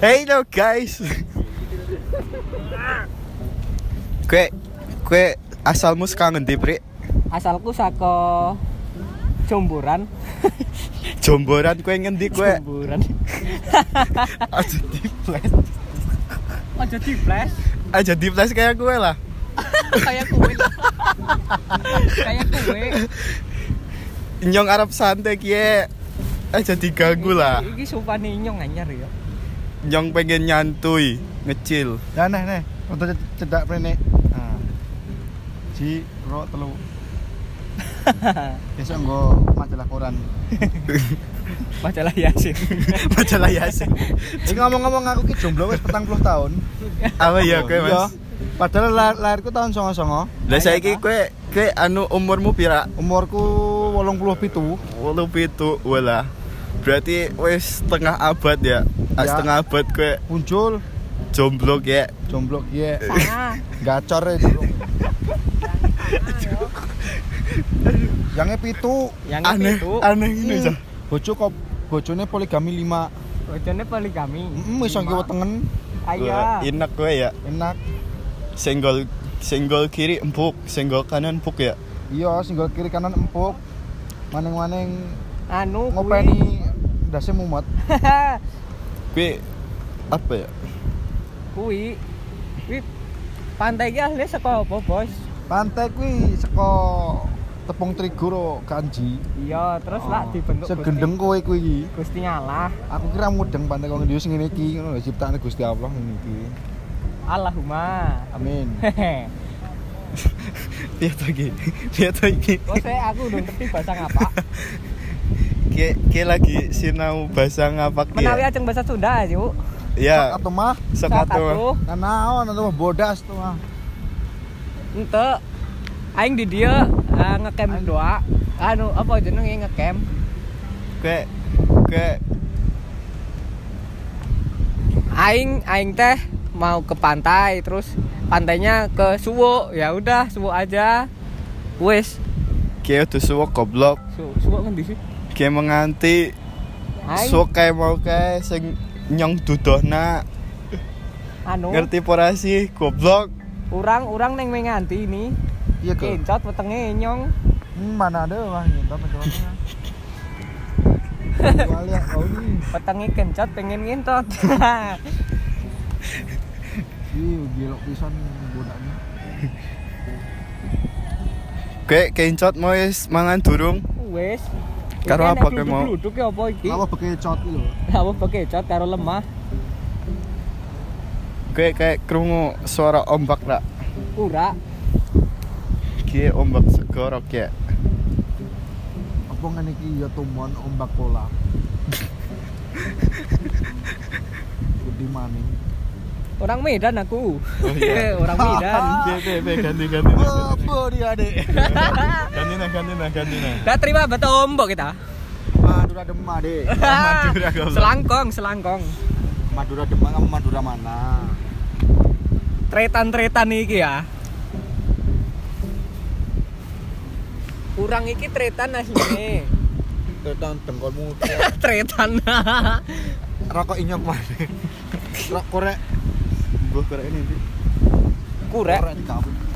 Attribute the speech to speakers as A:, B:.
A: Hello guys. kue kue asalmu saka ngendi, Pri?
B: Asalku saka Jomboran.
A: Jomboran kue ngendi kue?
B: Jomboran.
A: Aja di flash.
B: Aja di flash.
A: Aja di flash kayak kue lah.
B: Kayak kowe. Kayak kowe.
A: Nyong Arab santai kie. Aja diganggu lah.
B: Iki sumpah nyong anyar ya.
A: Nyong pengen nyantui, ngecil.
C: Ya neh neh untuk ced- cedak prene. Nah. Ji ro telu. Besok nggo majalah koran.
B: Majalah Yasin.
A: Majalah Yasin.
C: Ini ngomong-ngomong aku ki jomblo wis petang puluh tahun.
A: Apa ya kue
C: Iya.
A: Oh Mas?
C: Padahal la- lahirku tahun songo songo,
A: Lah saiki kue kue anu umurmu pira?
C: umurku wolong puluh pitu.
A: Walu pitu wala. Berarti wis setengah abad ya. Ah,
C: Ya.
A: Setengah abad kue
C: Muncul
A: jomblo ya.
C: jomblo kie
B: Nah,
C: gacor e, ya dulu. Yange pitu,
B: yang
A: Aneh,
B: itu Hmm.
A: aneh gitu, ini Cah.
C: bojo kok bojone poligami 5.
B: bojone poligami. Ah, iya.
C: Heeh, iso nggo tengen,
B: Ayo.
A: Wah, Enak kue ya.
C: enak.
A: Senggol senggol kiri empuk, senggol kanan empuk ya.
C: Iya, singgol kiri kanan empuk. Maning-maning
B: Anu kuwi.
C: ngopeni ndase mumet.
A: Kue apa ya?
B: Kuwi. Kuwi pantai iki asli saka apa, Bos?
C: Pantai kuwi saka tepung terigu ro kanji.
B: Iya, terus lah dibentuk Gusti-
C: Oh, segendeng kowe kuwi iki.
B: Gusti ngalah.
C: Aku kira mudeng pantai kok ngendi sing ngene iki ngono lho ciptaane Gusti Allah ngene iki.
B: Allahumma.
C: Amin.
B: Hehe.
A: Lihat lagi, lihat lagi.
B: Kok saya aku udah ngerti bahasa ngapa?
A: Kue kue lagi sinau bahasa ngapak
B: Menawi
A: ya.
B: ajeng bahasa Sunda, yuk.
A: Ya,
C: Atau mah
A: sekatu.
B: Satu.
C: nanaon atau mah bodas tuh mah.
B: Ente aing di dia ah, ngecamp doa. Anu apa jenenge ngecamp?
A: Kue kue
B: Aing aing teh mau ke pantai terus pantainya ke Suwo. Ya udah Suwo aja. Wes,
A: kue tuh suwok goblok.
B: Su- Suwo ngendi sih?
A: Kue menganti
B: Aing
A: Sok kae mau kae sing nyong dudohna
B: anu
A: ngerti pora sih goblok.
B: urang-urang neng menganti ini.
C: Iya ke.
B: Kencot wetenge nyong.
C: Hmm, mana ada mah nyentuh penjelasannya. Kecuali ya kau ini.
B: Wetenge kencot pengen ngentot.
C: Ih, gilok pisan bodaknya.
A: Kue kencot mau wis mangan durung.
B: Wes.
A: Karo
B: Ini
A: apa
B: enak
A: kowe mau?
B: gluduk-gluduk ya apa iki?
C: Apa bekecot iki lho.
B: Apa bekecot karo lemah?
A: Kue kayak krungu suara ombak lah.
B: Ura.
A: Ki ombak segorok ya.
C: Apa ngene iki ya tumon ombak pola. Gede maning.
B: Orang Medan aku.
A: Oh, iya.
B: Orang Medan.
A: ganti ganti.
C: dia deh.
A: Ganti nah ganti nah ganti nah.
B: Kita terima batu ombok kita.
C: Madura Demak deh.
A: Madura goblok.
B: selangkong, selangkong.
C: Madura Demak kamu Madura mana?
B: Tretan-tretan iki ya. Urang iki tretan asline.
C: Tetan dengkolmu.
B: tretan.
C: Rokok inyok mana? Rok korek.
A: Mbah korek ini. Pi.
B: Kurek.
C: Korek di kabut.